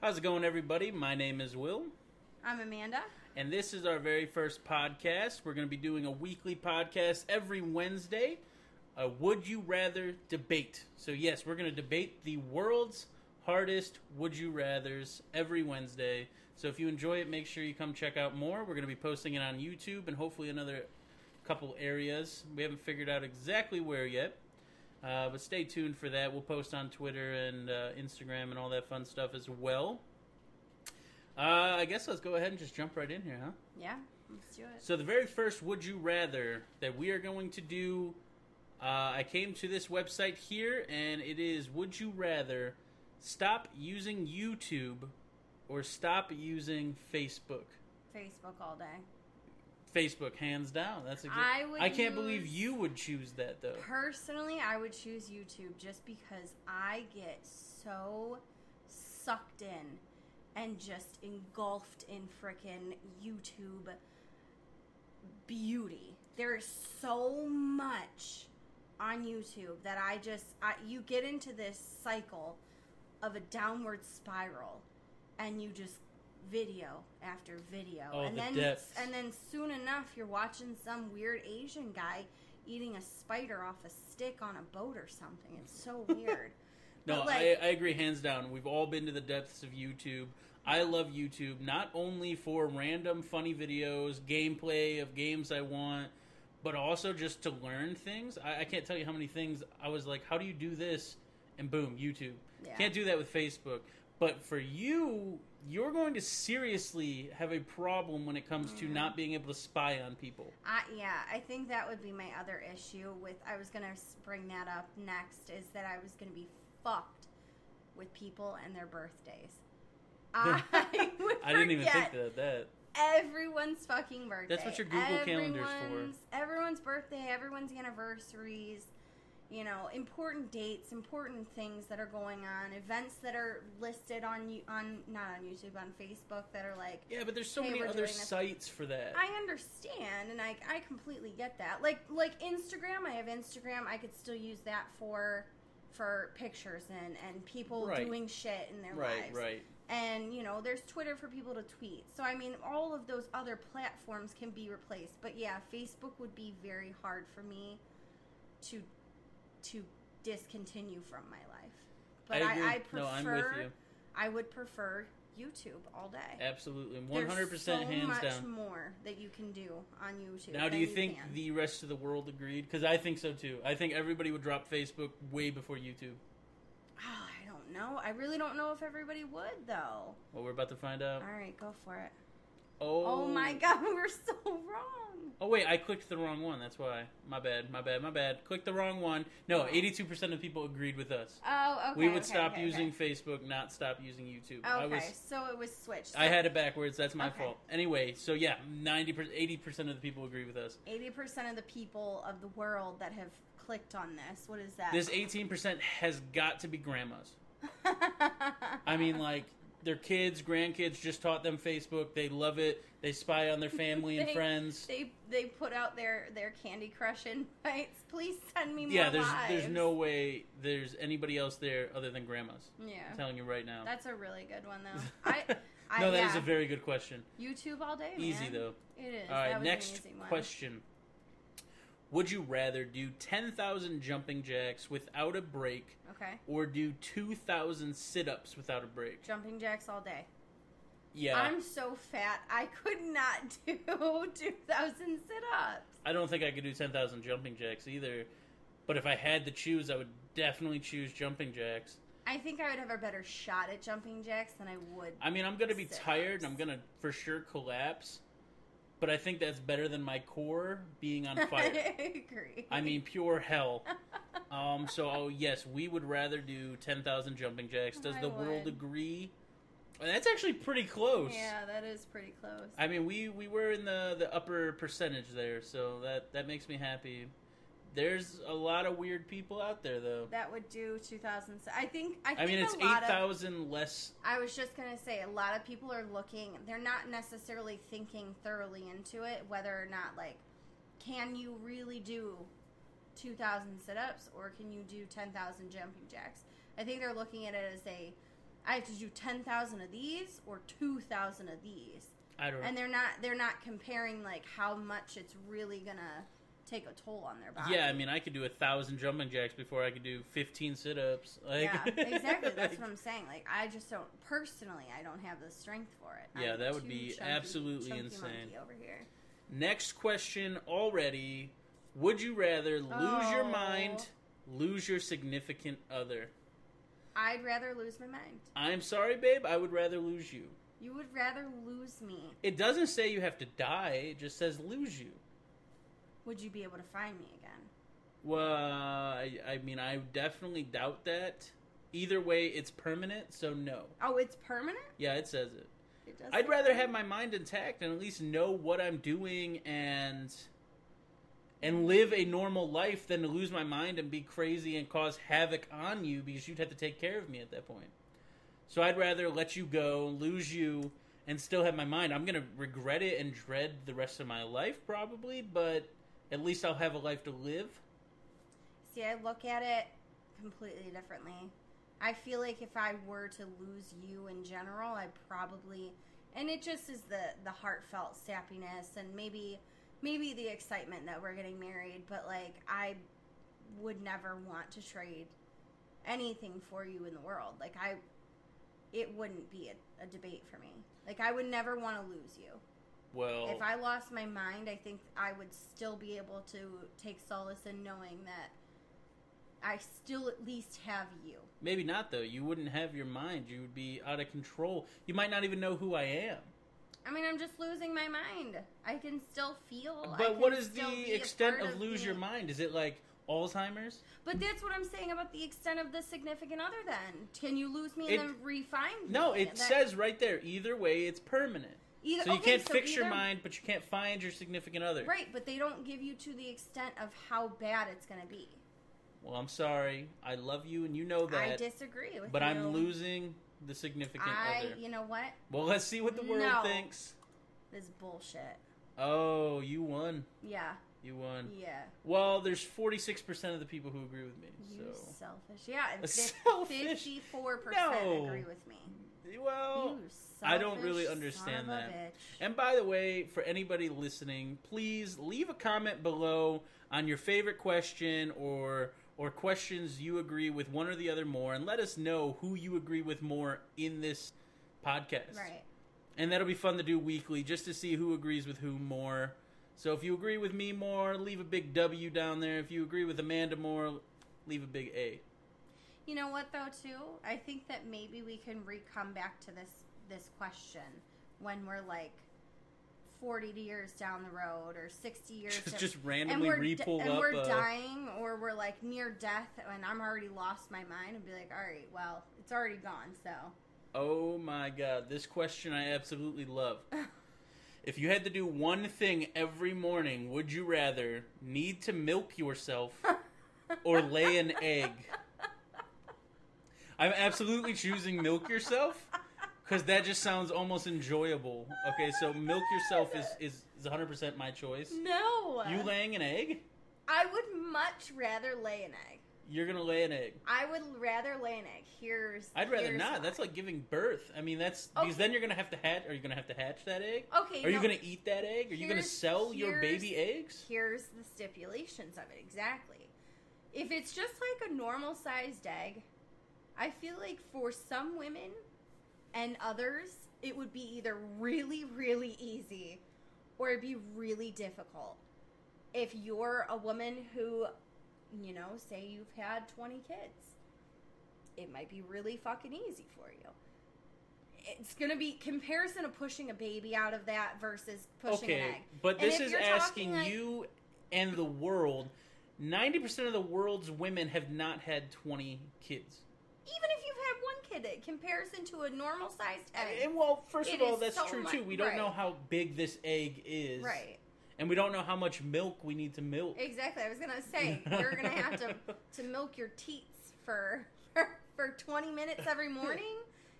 How's it going, everybody? My name is Will, I'm Amanda. and this is our very first podcast. We're going to be doing a weekly podcast every Wednesday. A would you rather debate? So, yes, we're going to debate the world's hardest would you rathers every Wednesday. So, if you enjoy it, make sure you come check out more. We're going to be posting it on YouTube and hopefully another couple areas. We haven't figured out exactly where yet. Uh, but stay tuned for that. We'll post on Twitter and uh, Instagram and all that fun stuff as well. Uh, I guess let's go ahead and just jump right in here, huh? Yeah, let's do it. So the very first "Would You Rather" that we are going to do, uh, I came to this website here, and it is "Would you rather stop using YouTube or stop using Facebook?" Facebook all day. Facebook, hands down. That's exactly. I would I can't believe use- you would choose that though. Personally, I would choose YouTube just because I get so sucked in and just engulfed in frickin' YouTube beauty. There is so much on YouTube that I just I, you get into this cycle of a downward spiral and you just video after video Oh, and the then depths. and then soon enough you're watching some weird Asian guy eating a spider off a stick on a boat or something. It's so weird. No, But, I, I agree, hands down. We've all been to the depths of YouTube. I love YouTube, not only for random funny videos, gameplay of games I want, but also just to learn things. I, I can't tell you how many things I was like, how do you do this? And boom, YouTube. Yeah. Can't do that with Facebook. But for you, you're going to seriously have a problem when it comes Mm-hmm. to not being able to spy on people. I, yeah, I think that would be my other issue with. I was gonna s- bring that up next. Is that I was gonna be fucked with people and their birthdays. I would I didn't even think forget that. that. everyone's fucking birthday. what your Google Calendar's for. Everyone's- Everyone's birthday, everyone's anniversaries, you know, important dates, important things that are going on, events that are listed on you on not on YouTube, on Facebook that are like Yeah, but there's so Hey, many we're other doing this. sites for that. I understand, and I, I completely get that. Like like Instagram, I have Instagram. I could still use that for for pictures and and people Right. doing shit in their right, lives. right. And you know, there's Twitter for people to tweet. So I mean, all of those other platforms can be replaced. But yeah, Facebook would be very hard for me to to discontinue from my life. But I I, agree. I, prefer No, I'm with you. I would prefer YouTube all day. Absolutely, one There's hundred percent, so hands much down. more that you can do on YouTube. Now, do than you think can. the rest of the world agreed? Because I think so too. I think everybody would drop Facebook way before YouTube. Oh, I don't know. I really don't know if everybody would though. Well, we're about to find out. All right, go for it. Oh, Oh my god, we were so wrong. Oh wait, I clicked the wrong one. That's why. My bad. My bad. My bad. Clicked the wrong one. No, eighty-two percent of people agreed with us. Oh, okay. we would okay, stop okay, using Okay, Facebook, not stop using YouTube. okay I was. so it was switched. I had it backwards. That's my Okay. fault. Anyway, so yeah, 90 80 percent of the people agree with us. eighty percent of the people of the world that have clicked on this. What is that? This eighteen percent has got to be grandmas. I mean, like their kids, grandkids just taught them Facebook. They love it. They spy on their family and They- friends. they they put out their their Candy Crush invites. Please send me more. yeah, there's there's lives." no way there's anybody else there other than grandmas. I'm Yeah, telling you right now. that's a really good one though. I, I no, that is yeah. a very good question. YouTube all day. Easy man. though. It is. All right, that was next an easy one. question. Would you rather do 10,000 jumping jacks without a break Okay, or do 2,000 sit-ups without a break? jumping jacks all day. Yeah. I'm so fat. I could not do 2,000 sit-ups. I don't think I could do 10,000 jumping jacks either. But if I had to choose, I would definitely choose jumping jacks. I think I would have a better shot at jumping jacks than I would. I mean, I'm going to be Sit-ups. tired and I'm going to for sure collapse. But I think that's better than my core being on fire. I agree. I mean, pure hell. Um, so, oh, yes, we would rather do 10,000 jumping jacks. Does I the world would. agree? That's actually pretty close. yeah, that is pretty close. I mean, we we were in the the upper percentage there, so that that makes me happy. There's a lot of weird people out there, though. that would do 2,000. si- I think. I, think I mean, it's a lot eight of- thousand less. I was just gonna say, a lot of people are looking. They're not necessarily thinking thoroughly into it, whether or not like, can you really do two thousand sit-ups or can you do ten thousand jumping jacks? I think they're looking at it as a, I have to do ten thousand of these or two thousand of these, I don't know. and they're not they're not comparing like how much it's really gonna take a toll on their body. Yeah, I mean, I could do a thousand jumping jacks before I could do fifteen sit-ups. Like, yeah, exactly. That's like- what I'm saying. Like, I just don't personally. I don't have the strength for it. Yeah, I'm that would too be chunky- absolutely chunky insane. monkey Over here, Next question already. Would you rather lose your Oh. mind, lose your significant other? I'd rather lose my mind. I'm sorry, babe. I would rather lose you. You would rather lose me. It doesn't say you have to die. It just says lose you. Would you be able to find me again? Well, I, I mean, I definitely doubt that. Either way, it's permanent, so no. Oh, it's permanent. Yeah, it says it. It does. I'd say rather permanent. have my mind intact and at least know what I'm doing and and live a normal life than to lose my mind and be crazy and cause havoc on you because you'd have to take care of me at that point. So I'd rather let you go, lose you, and still have my mind. I'm gonna regret it and dread the rest of my life probably, but at least I'll have a life to live. See, I look at it completely differently. I feel like if I were to lose you in general, I probably and it just is the the heartfelt sappiness and maybe maybe the excitement that we're getting married, but like I would never want to trade anything for you in the world. Like I it wouldn't be a, a debate for me. Like I would never want to lose you. Well, If I lost my mind, I think I would still be able to take solace in knowing that I still at least have you. maybe not though. You wouldn't have your mind. You would be out of control. You might not even know who I am. I mean, I'm just losing my mind. I can still feel. I But can what is still be the a extent part of lose me. your mind? Is it like Alzheimer's? But that's what I'm saying about the extent of the significant other. Then can you lose me It- and then refine? No, me? it That- says right there. Either way, it's permanent. either, So you okay, can't fix your either- mind, but you can't find your significant other. Right, but they don't give you to the extent of how bad it's going to be. Well, I'm sorry. I love you, and you know that. I disagree with but you. I'm losing the significant I, other. you know what? Well, let's see what the world No. thinks. This is bullshit. Oh, you won. Yeah, You won. yeah. Well, there's 46% of the people who agree with me. You so, selfish. Yeah, and Selfish? fifty-four No. percent agree with me. well, you selfish I don't really son understand of a that. bitch. And by the way, for anybody listening, please leave a comment below on your favorite question or or questions you agree with one or the other more and let us know who you agree with more in this podcast. Right. And that'll be fun to do weekly just to see who agrees with who more. So if you agree with me more, leave a big W down there. If you agree with Amanda more, leave a big A. You know what though? Too, I think that maybe we can re come back to this this question when we're like forty years down the road or sixty years. Just, down- just and randomly we're re di- pull and up we're uh, dying or we're like near death and I'm already lost my mind and be like, all right, well, it's already gone. So Oh my god, this question I absolutely love. if you had to do one thing every morning, would you rather need to milk yourself or lay an egg? I'm absolutely choosing milk yourself because that just sounds almost enjoyable. Okay, so milk yourself is, is, is 100% my choice. no, You laying an egg? I would much rather lay an egg. You're gonna lay an egg. I would rather lay an egg. Here's. I'd rather here's not. why. That's like giving birth. I mean, that's because Okay. then you're gonna have to hatch. Are you gonna have to hatch that egg? Okay. Are you no, gonna eat that egg? Are you gonna Here's- sell your here's- baby eggs? Here's the stipulations of it exactly. If it's just like a normal sized egg, I feel like for some women and others, it would be either really, really easy or it'd be really difficult. If you're a woman who, you know, say you've had 20 kids, it might be really fucking easy for you. It's going to be comparison of pushing a baby out of that versus pushing Okay, an egg. but And this if is you're asking talking, like- you and the world. Ninety percent of the world's women have not had twenty kids. even if you've had one kid, in comparison to a normal sized egg, And well, first It of all, is that's so true much- too. We don't right. know how big this egg is, right? And we don't know how much milk we need to milk. Exactly. I was gonna say you're gonna have to to milk your teats for for, 20 minutes every morning.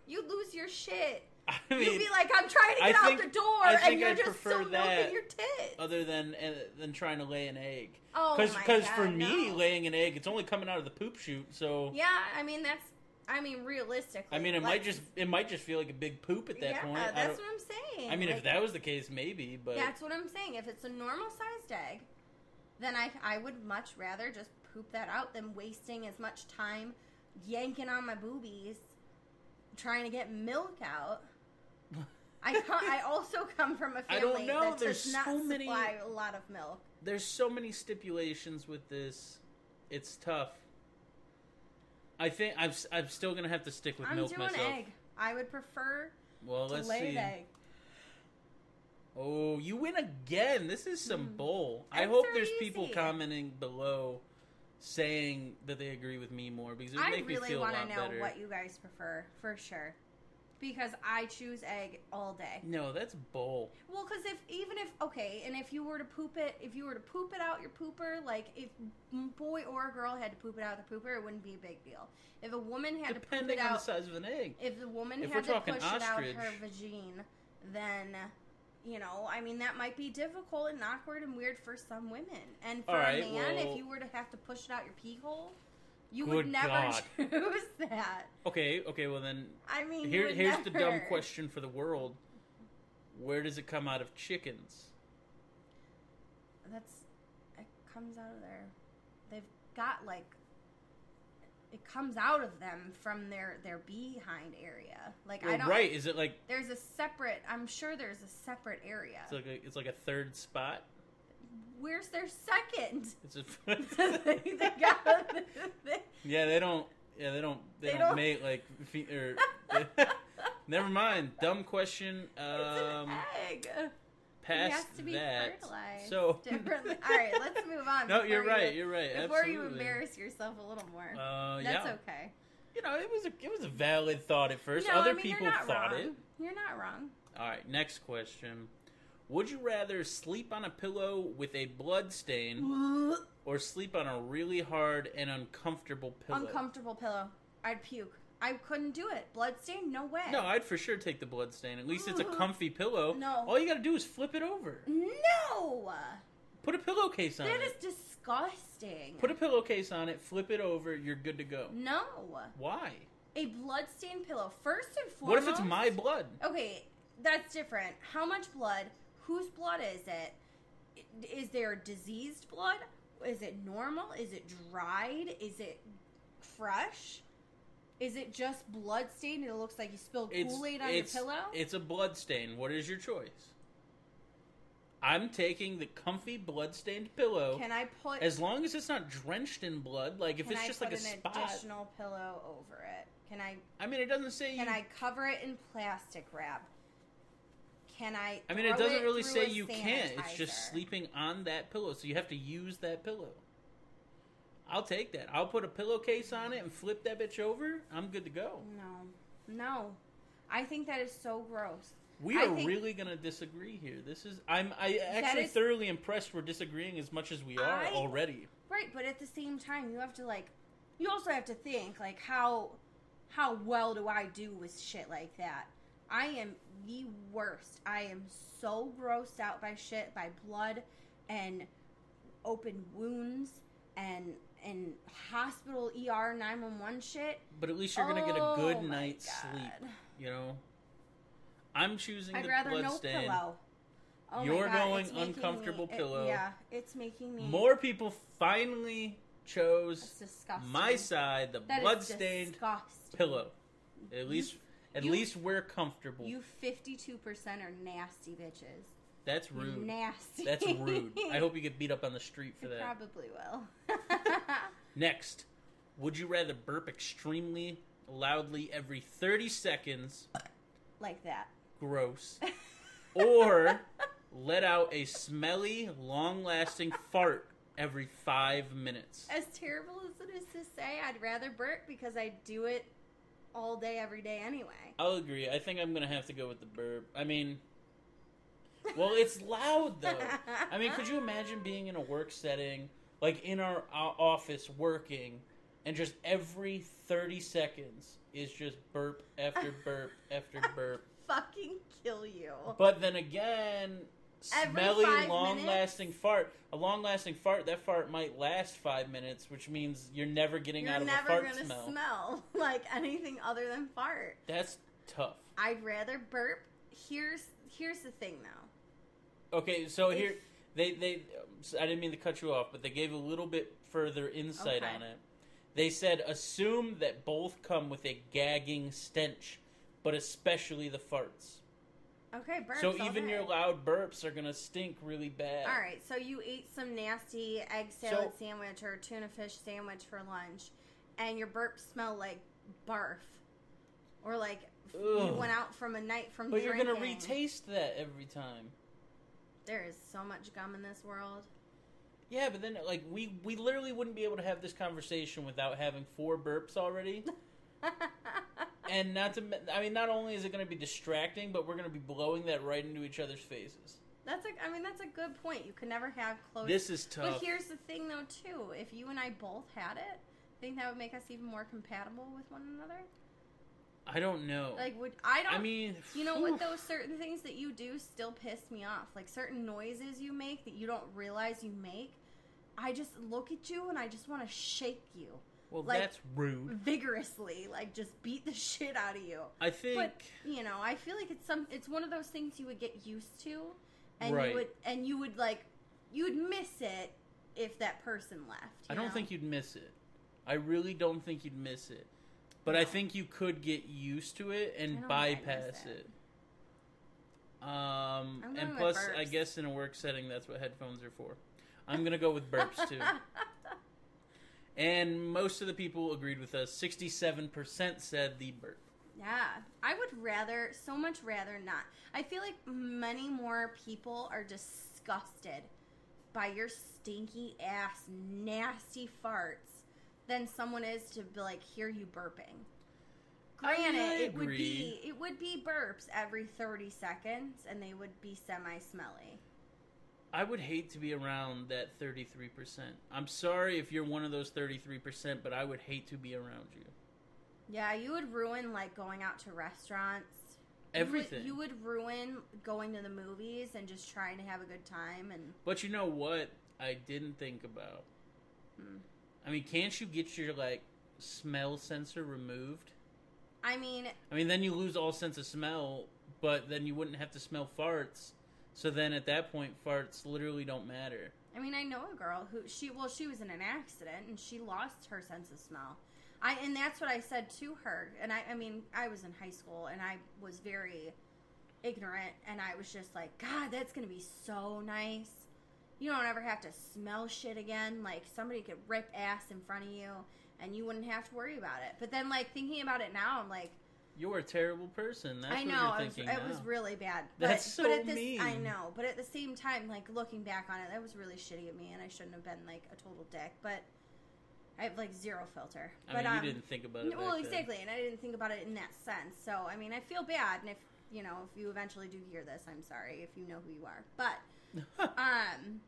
You'd lose your shit. I You'd mean, be like, I'm trying to I get out think- the door, I and think you're I'd just prefer still that milking your tits. other than uh, than trying to lay an egg. oh my god! for me, no. laying an egg, it's only coming out of the poop chute. So yeah, I mean that's I mean, realistically. I mean, it like- might just it might just feel like a big poop at that yeah, point. I, that's don't, what I'm saying. I mean, if Like, that was the case, maybe. But that's what I'm saying. If it's a normal sized egg, then I I would much rather just poop that out than wasting as much time yanking on my boobies trying to get milk out. I can I also come from a I don't family know, that there's does not so many- supply a lot of milk. there's so many stipulations with this. It's tough. I think I'm s- I'm still gonna have to stick with I'm milk doing myself. egg. I would prefer Well, to let's lay see. an egg. Oh, you win again. This is some Mm. bull. I Eggs hope are there's people easy. commenting below saying that they agree with me more because it would I make me really feel a want lot to know better. what you guys prefer for sure, because I choose egg all day. No, that's bull. Well, because if even if okay, and if you were to poop it, if you were to poop it out your pooper, like if m- boy or girl had to poop it out the pooper, it wouldn't be a big deal. If a woman had to Depending poop it on the out, size of an egg. if the woman if we're had to talking push it out ostrich- her vagine, then you know, I mean, that might be difficult and awkward and weird for some women, and for All right, a man, well- if you were to have to push it out your pee hole, you Good would never God. choose that. Okay, okay, well then I mean, you here would here's the dumb never. question for the world. Where does it come out of chickens? That's it comes out of their. They've got like it comes out of them from their their behind area. Like I Well, don't. right, is it like There's a separate. I'm sure there's a separate area. it's like a, it's like a third spot? Where's their second? It's a they got. They, Yeah, they don't yeah, they don't they, They don't, don't- mate like fe- or it's Never mind. Dumb question. an Um egg. past it has to be that. fertilized so differently. All right, let's move on. No, you're before right. You, You're right. before Absolutely. you embarrass yourself a little more, Uh, that's yeah. okay. You know, it was a it was a valid thought at first. no, Other I mean, people you're not thought wrong. it. You're not wrong. All right, next question. Would you rather sleep on a pillow with a blood stain or sleep on a really hard and uncomfortable pillow? Uncomfortable pillow. I'd puke. I couldn't do it. Bloodstain? No way. No, I'd for sure take the blood stain. At least it's a Ooh. comfy pillow. No. All you got to do is flip it over. No! Put a pillowcase on That it. is disgusting. Put a pillowcase on it, flip it over, you're good to go. No. Why? A bloodstained pillow. First and What if foremost. it's my blood? Okay, that's different. How much blood? Whose blood is it? I- Is there diseased blood? Is it normal? Is it dried? Is it fresh? Is it just blood stained and it looks like you spilled It's, Kool Aid on it's, your pillow? It's a blood stain. What is your choice? I'm taking the comfy blood-stained pillow. Can I put As long as it's not drenched in blood, like if Can it's I just put like a an spot. additional pillow over it? Can I I mean, it doesn't say you. can I cover it in plastic wrap? Can I? I mean, it throw doesn't really through say a you can't. It's just sanitizer? sleeping on that pillow, so you have to use that pillow. I'll take that. I'll put a pillowcase on it and flip that bitch over. I'm good to go. No, no, I think that is so gross. We I are think- really gonna disagree here. This is I'm I That actually is- thoroughly impressed we're disagreeing as much as we are I- already. Right, but at the same time, you have to like, you also have to think like how how well do I do with shit like that? I am the worst. I am so grossed out by shit, by blood and open wounds and and hospital ER 911 shit. But at least you're gonna get a Oh good my night's God. sleep. You know, I'm choosing I'd the rather blood no stain. pillow. Oh my You're God, going it's making me- uncomfortable it- pillow. yeah, it's making me More people finally chose That's disgusting. my side, the That is blood-stained disgusting. pillow. At least, at you- least we're comfortable. You 52% are nasty bitches. That's rude. Nasty. That's rude. I hope you get beat up on the street for you that. probably will. Next, would you rather burp extremely loudly every 30 seconds, like that. gross, or let out a smelly, long-lasting fart every five minutes? As terrible as it is to say, I'd rather burp because I do it all day, every day anyway. I'll agree. I think I'm gonna have to go with the burp. I mean, well, it's loud though. I mean, could you imagine being in a work setting, like in our, our office working, and just every 30 seconds is just burp after burp after burp? fucking kill you? But then again, Every smelly, five long-lasting fart. A long-lasting fart. That fart might last five minutes, which means you're never getting You're out of a never fart gonna smell. smell like anything other than fart. That's tough. I'd rather burp. Here's here's the thing though. Okay, so here they they. um, so I didn't mean to cut you off, but they gave a little bit further insight Okay. on it. They said assume that both come with a gagging stench, but especially the farts. Okay, burps. so all even day. your loud burps are gonna stink really bad. All right, so you ate some nasty egg So- salad sandwich or tuna fish sandwich for lunch, and your burps smell like barf, or like you Ugh. went out from a night from But drinking. you're gonna retaste that every time. There is so much gum in this world. Yeah, but then like we we literally wouldn't be able to have this conversation without having four burps already. and not to men- I mean not only is it going to be distracting, but we're going to be blowing that right into each other's faces. that's a, I mean, that's a good point. You can never have close. This is tough. But here's the thing, though, too. If you and I both had it, think that would make us even more compatible with one another. I don't know. Like, would I don't? Oh. I mean, you know what? oof. Those certain things that you do still piss me off. Like certain noises you make that you don't realize you make. I just look at you and I just want to shake you Well, like- that's rude. vigorously, like just beat the shit out of you. I think But you know, I feel like it's some. It's one of those things you would get used to, and Right. you would and you would like you would miss it if that person left. I don't know? think you'd miss it. I really don't think you'd miss it. But I No. think you could get used to it I and don't think I'd miss bypass it. it. Um, I'm going and with plus, I burps. guess in a work setting, that's what headphones are for. I'm gonna go with burps too. And most of the people agreed with us. Sixty-seven percent said the burp. Yeah, I would rather, so much rather not. I feel like many more people are disgusted by your stinky ass, nasty farts than someone is to be like hear you burping. I mean, Granted, I it would be agree. it would be burps every thirty seconds, and they would be semi smelly. I would hate to be around that thirty-three percent. I'm sorry if you're one of those thirty-three percent, but I would hate to be around you. Yeah, you would ruin like going out to restaurants. You would- Everything. you would ruin going to the movies and just trying to have a good time and But you know what? I didn't think about. Hmm. I mean, can't you get your like smell sensor removed? I mean, I mean, then you lose all sense of smell, but then you wouldn't have to smell farts. So then at that point, farts literally don't matter. I mean, I know a girl who she well, she was in an accident and she lost her sense of smell. I and that's what I said to her. And I, I mean, I was in high school and I was very ignorant, and I was just like, God, that's gonna be so nice. You don't ever have to smell shit again. Like somebody could rip ass in front of you, and you wouldn't have to worry about it. But then, like thinking about it now, I'm like, You're a terrible person. That's I what know you're it was, thinking it was now. really bad. That's but, but so at this, I mean. know, but at the same time, like looking back on it, that was really shitty of me, and I shouldn't have been like a total dick. But I have like zero filter. I but mean, um, you didn't think about it. no, well, back then. exactly, and I didn't think about it in that sense. So I mean, I feel bad, and if you know, if you eventually do hear this, I'm sorry if you know who you are. But um,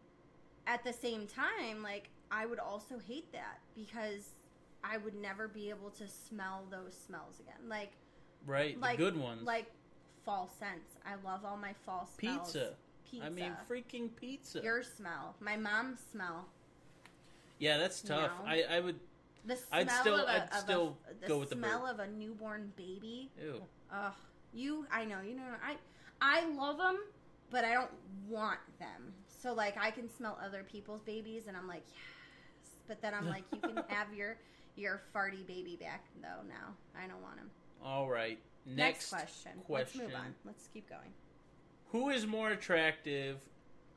at the same time, like I would also hate that because I would never be able to smell those smells again. Like right, like- the good ones. like fall scents. I love all my fall smells. pizza. pizza. I mean, freaking pizza. your smell, my mom's smell, yeah, that's you tough. know. I, I would. the smell I'd still- of a, I'd of a- still the go with the smell of a newborn baby. Ew. Ugh, you. I know. You know. I I love them, but I don't want them. So like, I can smell other people's babies, and I'm like, yes. But then I'm like, you can have your your farty baby back though. Now I don't want him. All right. Next, Next, question. Let's move question. on. Let's keep going. Who is more attractive,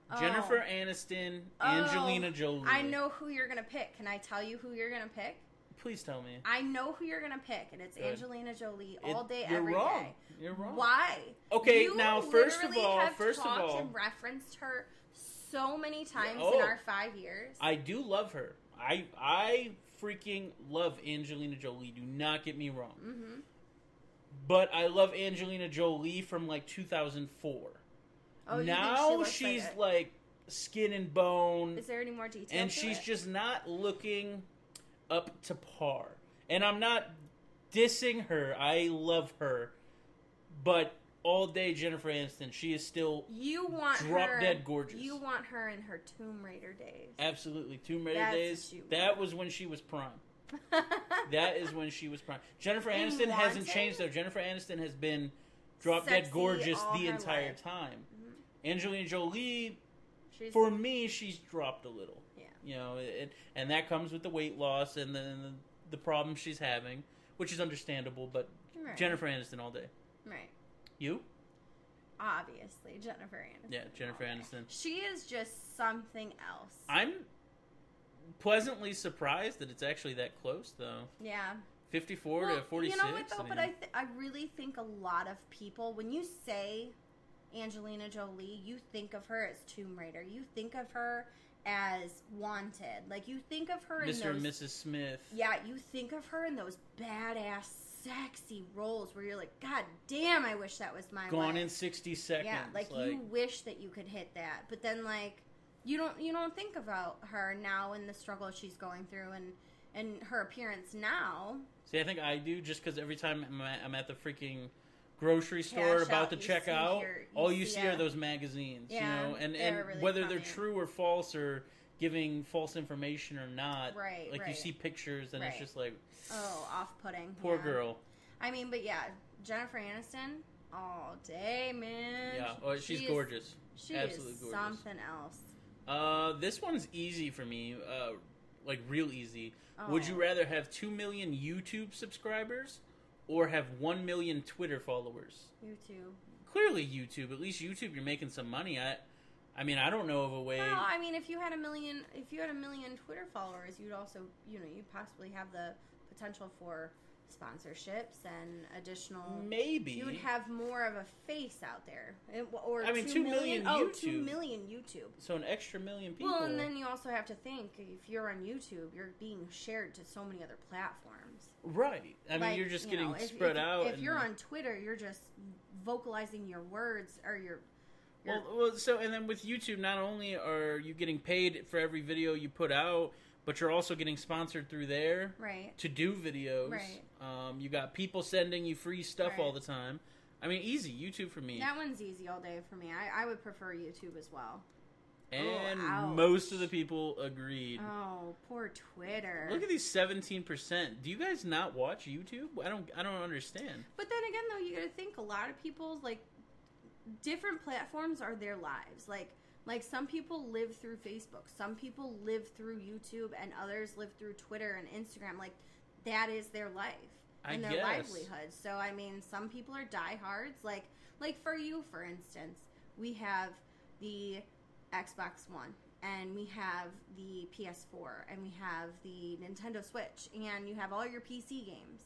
Oh. Jennifer Aniston, Oh, Angelina Jolie? I know who you're gonna pick. Can I tell you who you're gonna pick? Please tell me. I know who you're gonna pick, and it's Good. Angelina Jolie all It- day, You're every day. wrong. You're wrong. Why? Okay, You now first of literally all, have first of talked all, and referenced her so many times Oh. in our five years. I do love her. I I freaking love Angelina Jolie. Do not get me wrong. mm-hmm. But I love Angelina Jolie from like 2004. Oh, you now think she she's looks like, like skin and it. bone. Is there any more detail? and to she's it? just not looking up to par. And I'm not dissing her. I love her, but all day Jennifer Aniston. She is still You want Drop her, dead gorgeous. You want her in her Tomb Raider days. absolutely Tomb Raider That's days. what you That want. was when she was prime. That is when she was prime. Jennifer In Aniston hasn't Wanted? changed though. Jennifer Aniston has been drop dead Sexy gorgeous all the her entire life. time. Mhm. Angelina Jolie, She's, for me, she's dropped a little. Yeah. You know, it, and that comes with the weight loss and then the, the problem she's having, which is understandable. But right, Jennifer Aniston all day. Right. You? Obviously, Jennifer Aniston. Yeah, Jennifer all day. Aniston. She is just something else. I'm pleasantly surprised that it's actually that close, though. yeah. 54 Well, to 46. You know what though? and- But I, th- I really think a lot of people, when you say Angelina Jolie, you think of her as Tomb Raider. You think of her as Wanted. Like you think of her in Mr. those. and Mrs. Smith. Yeah, you think of her in those badass, sexy roles where you're like, God damn, I wish that was my Gone way." in 60 seconds. Yeah, like, you wish that you could hit that, but then like you don't you don't think about her now and the struggle she's going through and and her appearance now. See, I think I do just because every time I'm at, I'm at the freaking grocery store Cash about out, to you check see out, your- you all you see see are a- those magazines, Yeah, you know, and, they're and really whether they're funny. true or false or giving false information or not. Right, Like you right. see pictures and it's Right. just like, Oh, off-putting. poor yeah. girl. I mean, but yeah, Jennifer Aniston all day, man. Yeah, She- oh, she's she is- gorgeous. She Absolutely is gorgeous. something else. Uh, this one's easy for me, uh, like real easy. Would you Oh. rather have two million YouTube subscribers or have one million Twitter followers? You too. Clearly, YouTube. At least YouTube, you're making some money. I, I mean, I don't know of a way. Well, I mean, if you had a million, if you had a million Twitter followers, you'd also, you know, you'd possibly have the potential for sponsorships and additional. Maybe You would have more of a face out there, It- or I mean, 2 two million million. Oh, two YouTube. million YouTube. so an extra million people. Well, and then you also have to think if you're on YouTube, you're being shared to so many other platforms. right? I mean, Like, you're just you getting know, if- spread if, out. If and- you're on Twitter, you're just vocalizing your words or your. your Well, well, so and then with YouTube, not only are you getting paid for every video you put out, but you're also getting sponsored through there. right. to do videos. Right. Um, you got people sending you free stuff Right. all the time. I mean, easy YouTube for me. That one's easy all day for me. I, I would prefer YouTube as well. and Oh, ouch. most of the people agreed. Oh, poor Twitter. Look at these seventeen percent. Do you guys not watch YouTube? I don't. I don't understand. But then again, though, you got to think a lot of people's like different platforms are their lives. Like like some people live through Facebook, some people live through YouTube, and others live through Twitter and Instagram. Like that is their life I and their guess. livelihood. So I mean, some people are diehards. Like like for you, for instance, we have the Xbox One. And we have the PS4, and we have the Nintendo Switch, and you have all your PC games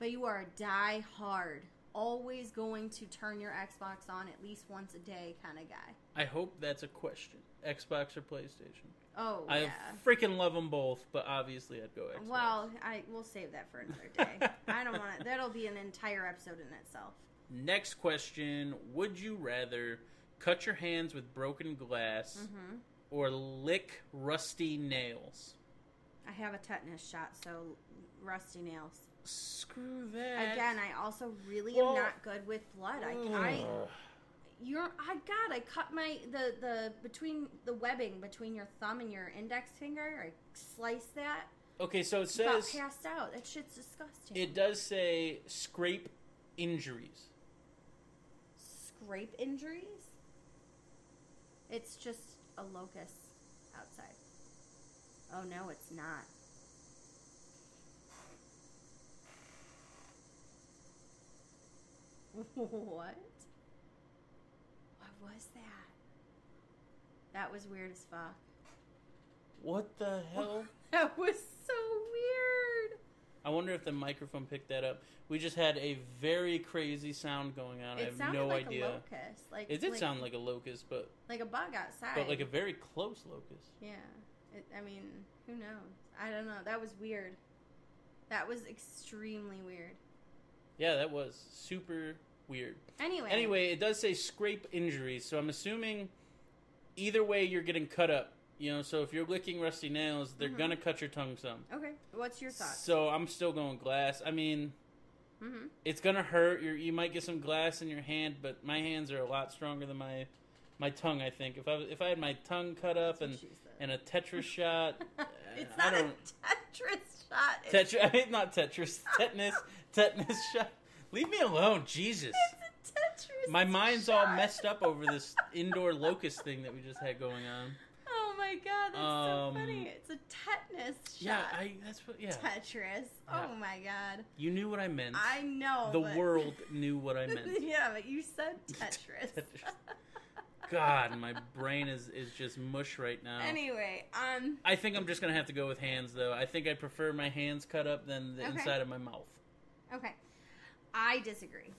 but you are a die hard, always going to turn your Xbox on at least once a day kind of guy. I hope that's a question. Xbox or PlayStation? Oh I yeah. freaking love them both, but obviously I'd go Xbox. Well, I we'll save that for another day. I don't want to. That'll be an entire episode in itself. Next question: Would you rather cut your hands with broken glass hmm or lick rusty nails? I have a tetanus shot, so rusty nails. Screw that. Again, I also really Well- am not good with blood. I, I you're I God, I cut my the the between the webbing between your thumb and your index finger. I sliced that. okay, so it About says passed out. That shit's disgusting. it does say scrape injuries. scrape injuries. It's just a locust outside. Oh no, it's not. what? What was that? That was weird as fuck. What the hell? that was so weird. I wonder if the microphone picked that up. We just had a very crazy sound going on. I It have sounded no like a idea. locust. Like It did like, sound like a locust, but like a bug outside. but like a very close locust. Yeah. It, I mean, who knows? I don't know. That was weird. That was extremely weird. Yeah, that was super weird. Anyway. Anyway, it does say scrape injuries, so I'm assuming either way you're getting cut up. You know, so if you're licking rusty nails, they're Mhm. gonna cut your tongue some. Okay. What's your thoughts? So I'm still going glass. I mean, Mm-hmm. It's gonna hurt. You're, you might get some glass in your hand, but my hands are a lot stronger than my my tongue. I think if I if I had my tongue cut up and and a Tetris shot, it's I not a don't Tetris shot. It's, Tetris. I mean, not Tetris. Tetanus. Tetanus shot. Leave me alone, Jesus. it's a Tetris. My mind's shot. all messed up over this indoor locust thing that we just had going on. Oh my god, that's Um, so funny. It's a tetanus shot. Yeah, I. That's what. Yeah, Tetris. Oh my god. you knew what I meant. I know. the but- world knew what I meant. yeah, but you said Tetris. Tetris. God, my brain is is just mush right now. Anyway, um, I think I'm just gonna have to go with hands though. I think I prefer my hands cut up than the Okay. inside of my mouth. okay. I disagree.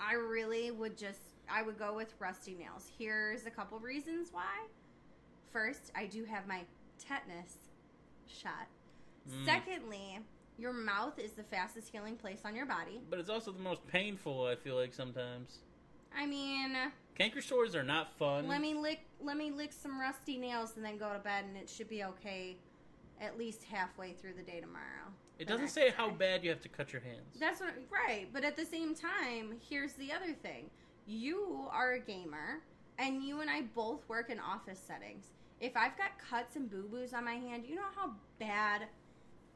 I really would just, I would go with rusty nails. Here's a couple reasons why. First, I do have my tetanus shot. Mm. Secondly, your mouth is the fastest healing place on your body. But it's also the most painful. I feel like sometimes I mean, canker sores are not fun. let me lick, let me lick some rusty nails and then go to bed, and it should be okay. At least halfway through the day tomorrow. it the doesn't next say how day. bad you have to cut your hands. That's what, right. But at the same time, here's the other thing you are a gamer, and you and I both work in office settings. If I've got cuts and boo boos on my hand, you know how bad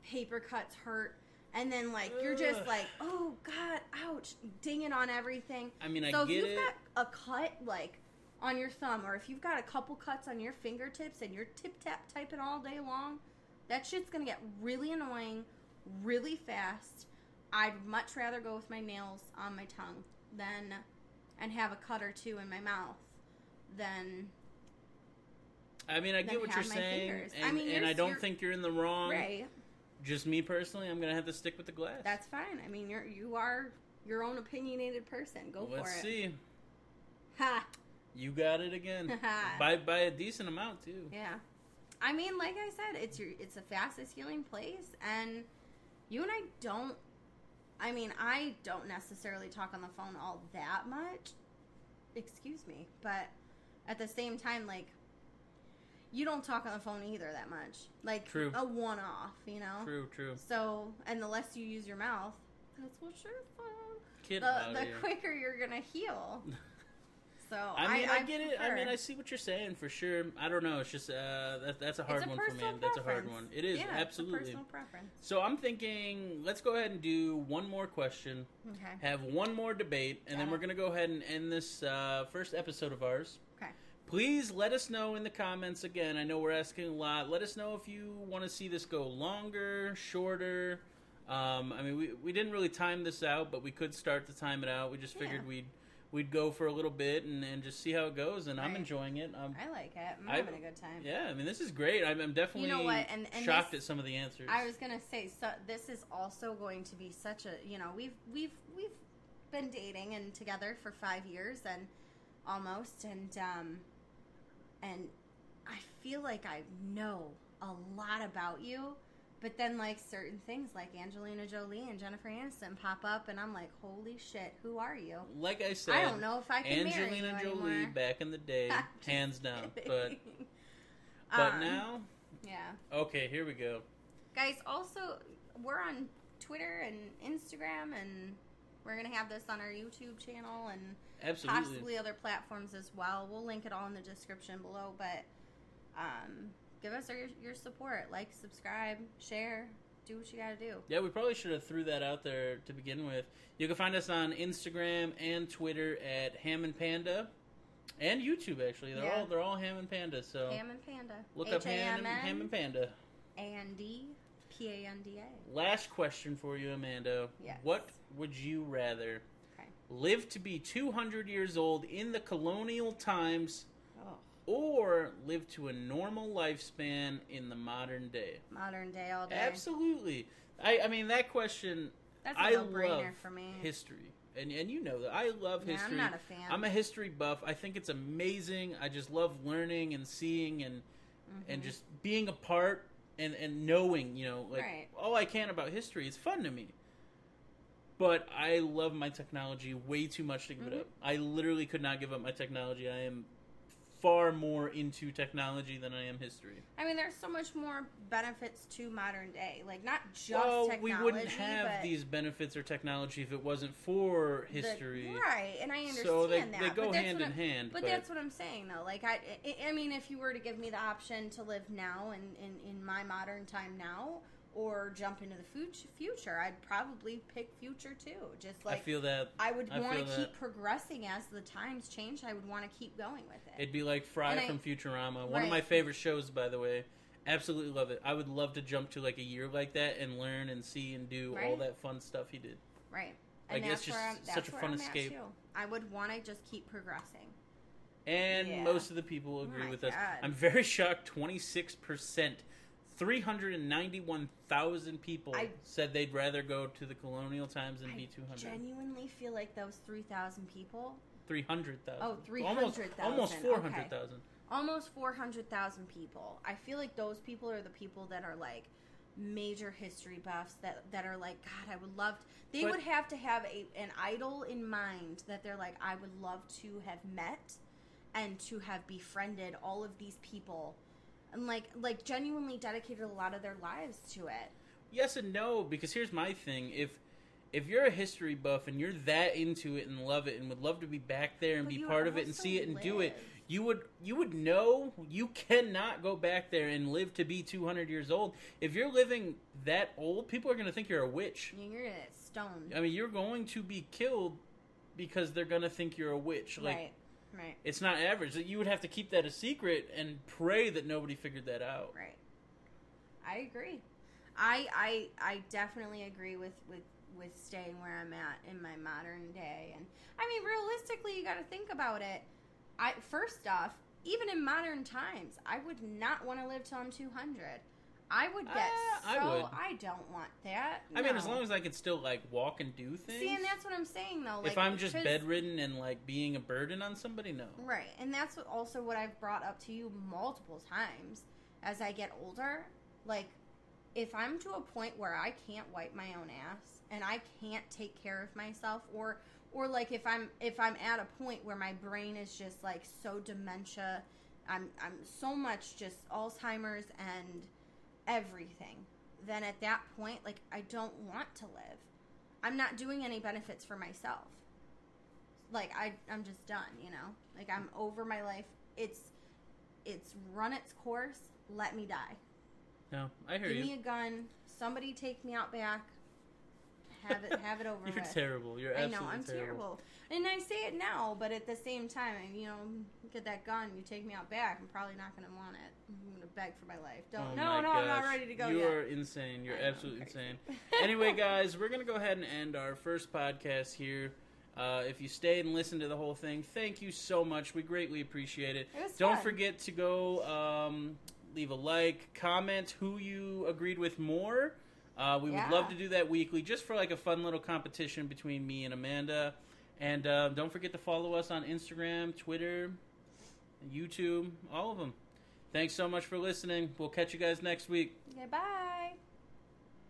paper cuts hurt? And then, like, you're just Ugh. like, oh, God, ouch, ding it on everything. I mean, I so if get you've it. got a cut, like, on your thumb, or if you've got a couple cuts on your fingertips and you're tip tap typing all day long, that shit's gonna get really annoying really fast. I'd much rather go with my nails on my tongue than and have a cut or two in my mouth than I mean, I than get what you're have my saying, fingers. and I mean, and I yours- don't your- think you're in the wrong. Ray. Just me personally, I'm gonna have to stick with the glass. That's fine. I mean, you're you are your own opinionated person. Go Let's for it. see. Ha. You got it again. by by a decent amount too. Yeah. I mean, like I said, it's your it's the fastest healing place and you and I don't I mean, I don't necessarily talk on the phone all that much. Excuse me, but at the same time like you don't talk on the phone either that much. Like True. a one off, you know. True, true. So, and the less you use your mouth, that's what's your phone. Kid, The, outta the here. quicker you're going to heal. So, I mean, I, get it. I mean, prefer- I see what you're saying for sure. I don't know. It's just uh, that, that's a hard it's a one for me. personal That's a hard one. preference. It is Yeah, it's a absolutely. personal preference. So I'm thinking, let's go ahead and do one more question, Okay. have one more debate, and then Got we're it. gonna go ahead and end this uh, first episode of ours. Okay. Please let us know in the comments again. I know we're asking a lot. Let us know if you want to see this go longer, shorter. Um, I mean, we, we didn't really time this out, but we could start to time it out. We just figured Yeah. we'd we'd go for a little bit and, and just see how it goes. And I'm Right. enjoying it. Um, I like it. I'm I- having a good time. yeah, I mean, this is great. I'm, I'm definitely what? And- and shocked this- at some of the answers. I was gonna say, so this is also going to be such a you know we've we've we've been dating and together for five years and almost and um and I feel like I know a lot about you, but then like certain things like Angelina Jolie and Jennifer Aniston pop up and I'm like, holy shit, who are you? like I said, I don't know if I can Angelina marry you Jolie anymore. back in the day, Just hands down. But kidding. but Um, now, yeah. okay, here we go. Guys, also, we're on Twitter and Instagram, and we're going to have this on our YouTube channel and Absolutely. possibly other platforms as well. We'll link it all in the description below, but um, give us your, your support. Like, subscribe, share, do what you got to do. Yeah, we probably should have threw that out there to begin with. You can find us on Instagram and Twitter at Ham and Panda, and YouTube actually. They're Yeah. all they're all Ham and Panda. So Ham and Panda. look up Ham and, Ham and Panda. A-N-D, P-A-N-D-A. Last question for you, Amanda. Yes. What would you rather Okay. live to be 200 years old in the colonial times, Oh. or live to a normal lifespan in the modern day? Modern day all day. Absolutely. I, I mean that question. That's I a no-brainer love for me. history, and and you know that I love Yeah, history. I'm not a fan. I'm a history buff. I think it's amazing. I just love learning and seeing and Mm-hmm. and just being a part and and knowing, you know, like Right. all I can about history. It's fun to me. But I love my technology way too much to give Mhm. it up. I literally could not give up my technology. I am far more into technology than I am history. I mean, there's so much more benefits to modern day. Like not just well, technology. we wouldn't have but these benefits or technology if it wasn't for the- history. right? And I understand so they, that. they but go that's hand what in I'm- hand. But, that's what I'm saying, though. Like, I, I, I mean, if you were to give me the option to live now and in, in my modern time now, or jump into the fut- future, I'd probably pick future too. Just like I feel that I would I want feel to that. keep progressing as the times change. I would want to keep going with it. It'd be like Fry And I- from Futurama. One of Right. my favorite shows, by the way. Absolutely love it. I would love to jump to like a year like that and learn and see and do all Right. that fun stuff he did. right. Like, And it's that's where I'm, just that's such a where fun I'm at, escape. too. I would want to just keep progressing. And Yeah. Oh most of the people agree my with us. God. I'm very shocked. Twenty six percent, three hundred and ninety one thousand people I- said they'd rather go to the colonial times than I be two hundred. Genuinely feel like those 3,000 people, Three hundred thousand. Oh, Almost, 300,000. almost Okay. four hundred thousand. almost 400,000 people. I feel like those people are the people that are like major history buffs that that are like god I would love to, they But- would have to have a an idol in mind that they're like I would love to have met and to have befriended all of these people and like like genuinely dedicated a lot of their lives to it. Yes and no, because here's my thing: if if you're a history buff and you're that into it and love it and would love to be back there and But be you part of it and also see it and do it, live. you would you would know you cannot go back there and live to be 200 years old. If you're living that old, people are going to think you're a witch. And You're gonna get stoned. I mean, you're going to be killed because they're going to think you're a witch. Like right. Right. it's not average. You would have to keep that a secret and pray that nobody figured that out. Right. I agree. I I I definitely agree with with with staying where I'm at in my modern day and I mean realistically you got to think about it. I first off, even in modern times, I would not want to live till I'm 200. I would get Uh, so I would. I don't want that. I mean, No. as long as I can still like walk and do things. See, and that's what I'm saying though. Like if I'm just because- bedridden and like being a burden on somebody, no. Right. And that's what also what I've brought up to you multiple times as I get older. Like, if I'm to a point where I can't wipe my own ass and I can't take care of myself or or like if I'm if I'm at a point where my brain is just like so dementia, I'm I'm so much just Alzheimer's and everything, then at that point like I don't want to live. I'm not doing any benefits for myself. Like I I'm just done, you know? Like I'm over my life. It's it's run its course. Let me die. No, I hear Give you. me a gun. Somebody take me out back. Have it have it over You're with. terrible. You're I absolutely know, I'm terrible. terrible. And I say it now, but at the same time, I- you know, get that gun, you take me out back, I'm probably not going to want it. I'm going to beg for my life. Don't. Oh no, my no, I'm not gosh. ready to go You yet. are insane. You're I know, I'm absolutely crazy. insane. anyway, guys, we're gonna go ahead and end our first podcast here. Uh, if you stayed and listened to the whole thing, thank you so much. We greatly appreciate it. It was Don't fun. forget to go um, leave a like, comment who you agreed with more. Uh, we Yeah. would love to do that weekly, just for like a fun little competition between me and Amanda. And uh, don't forget to follow us on Instagram, Twitter, YouTube, all of them. Thanks so much for listening. We'll catch you guys next week. Okay, bye.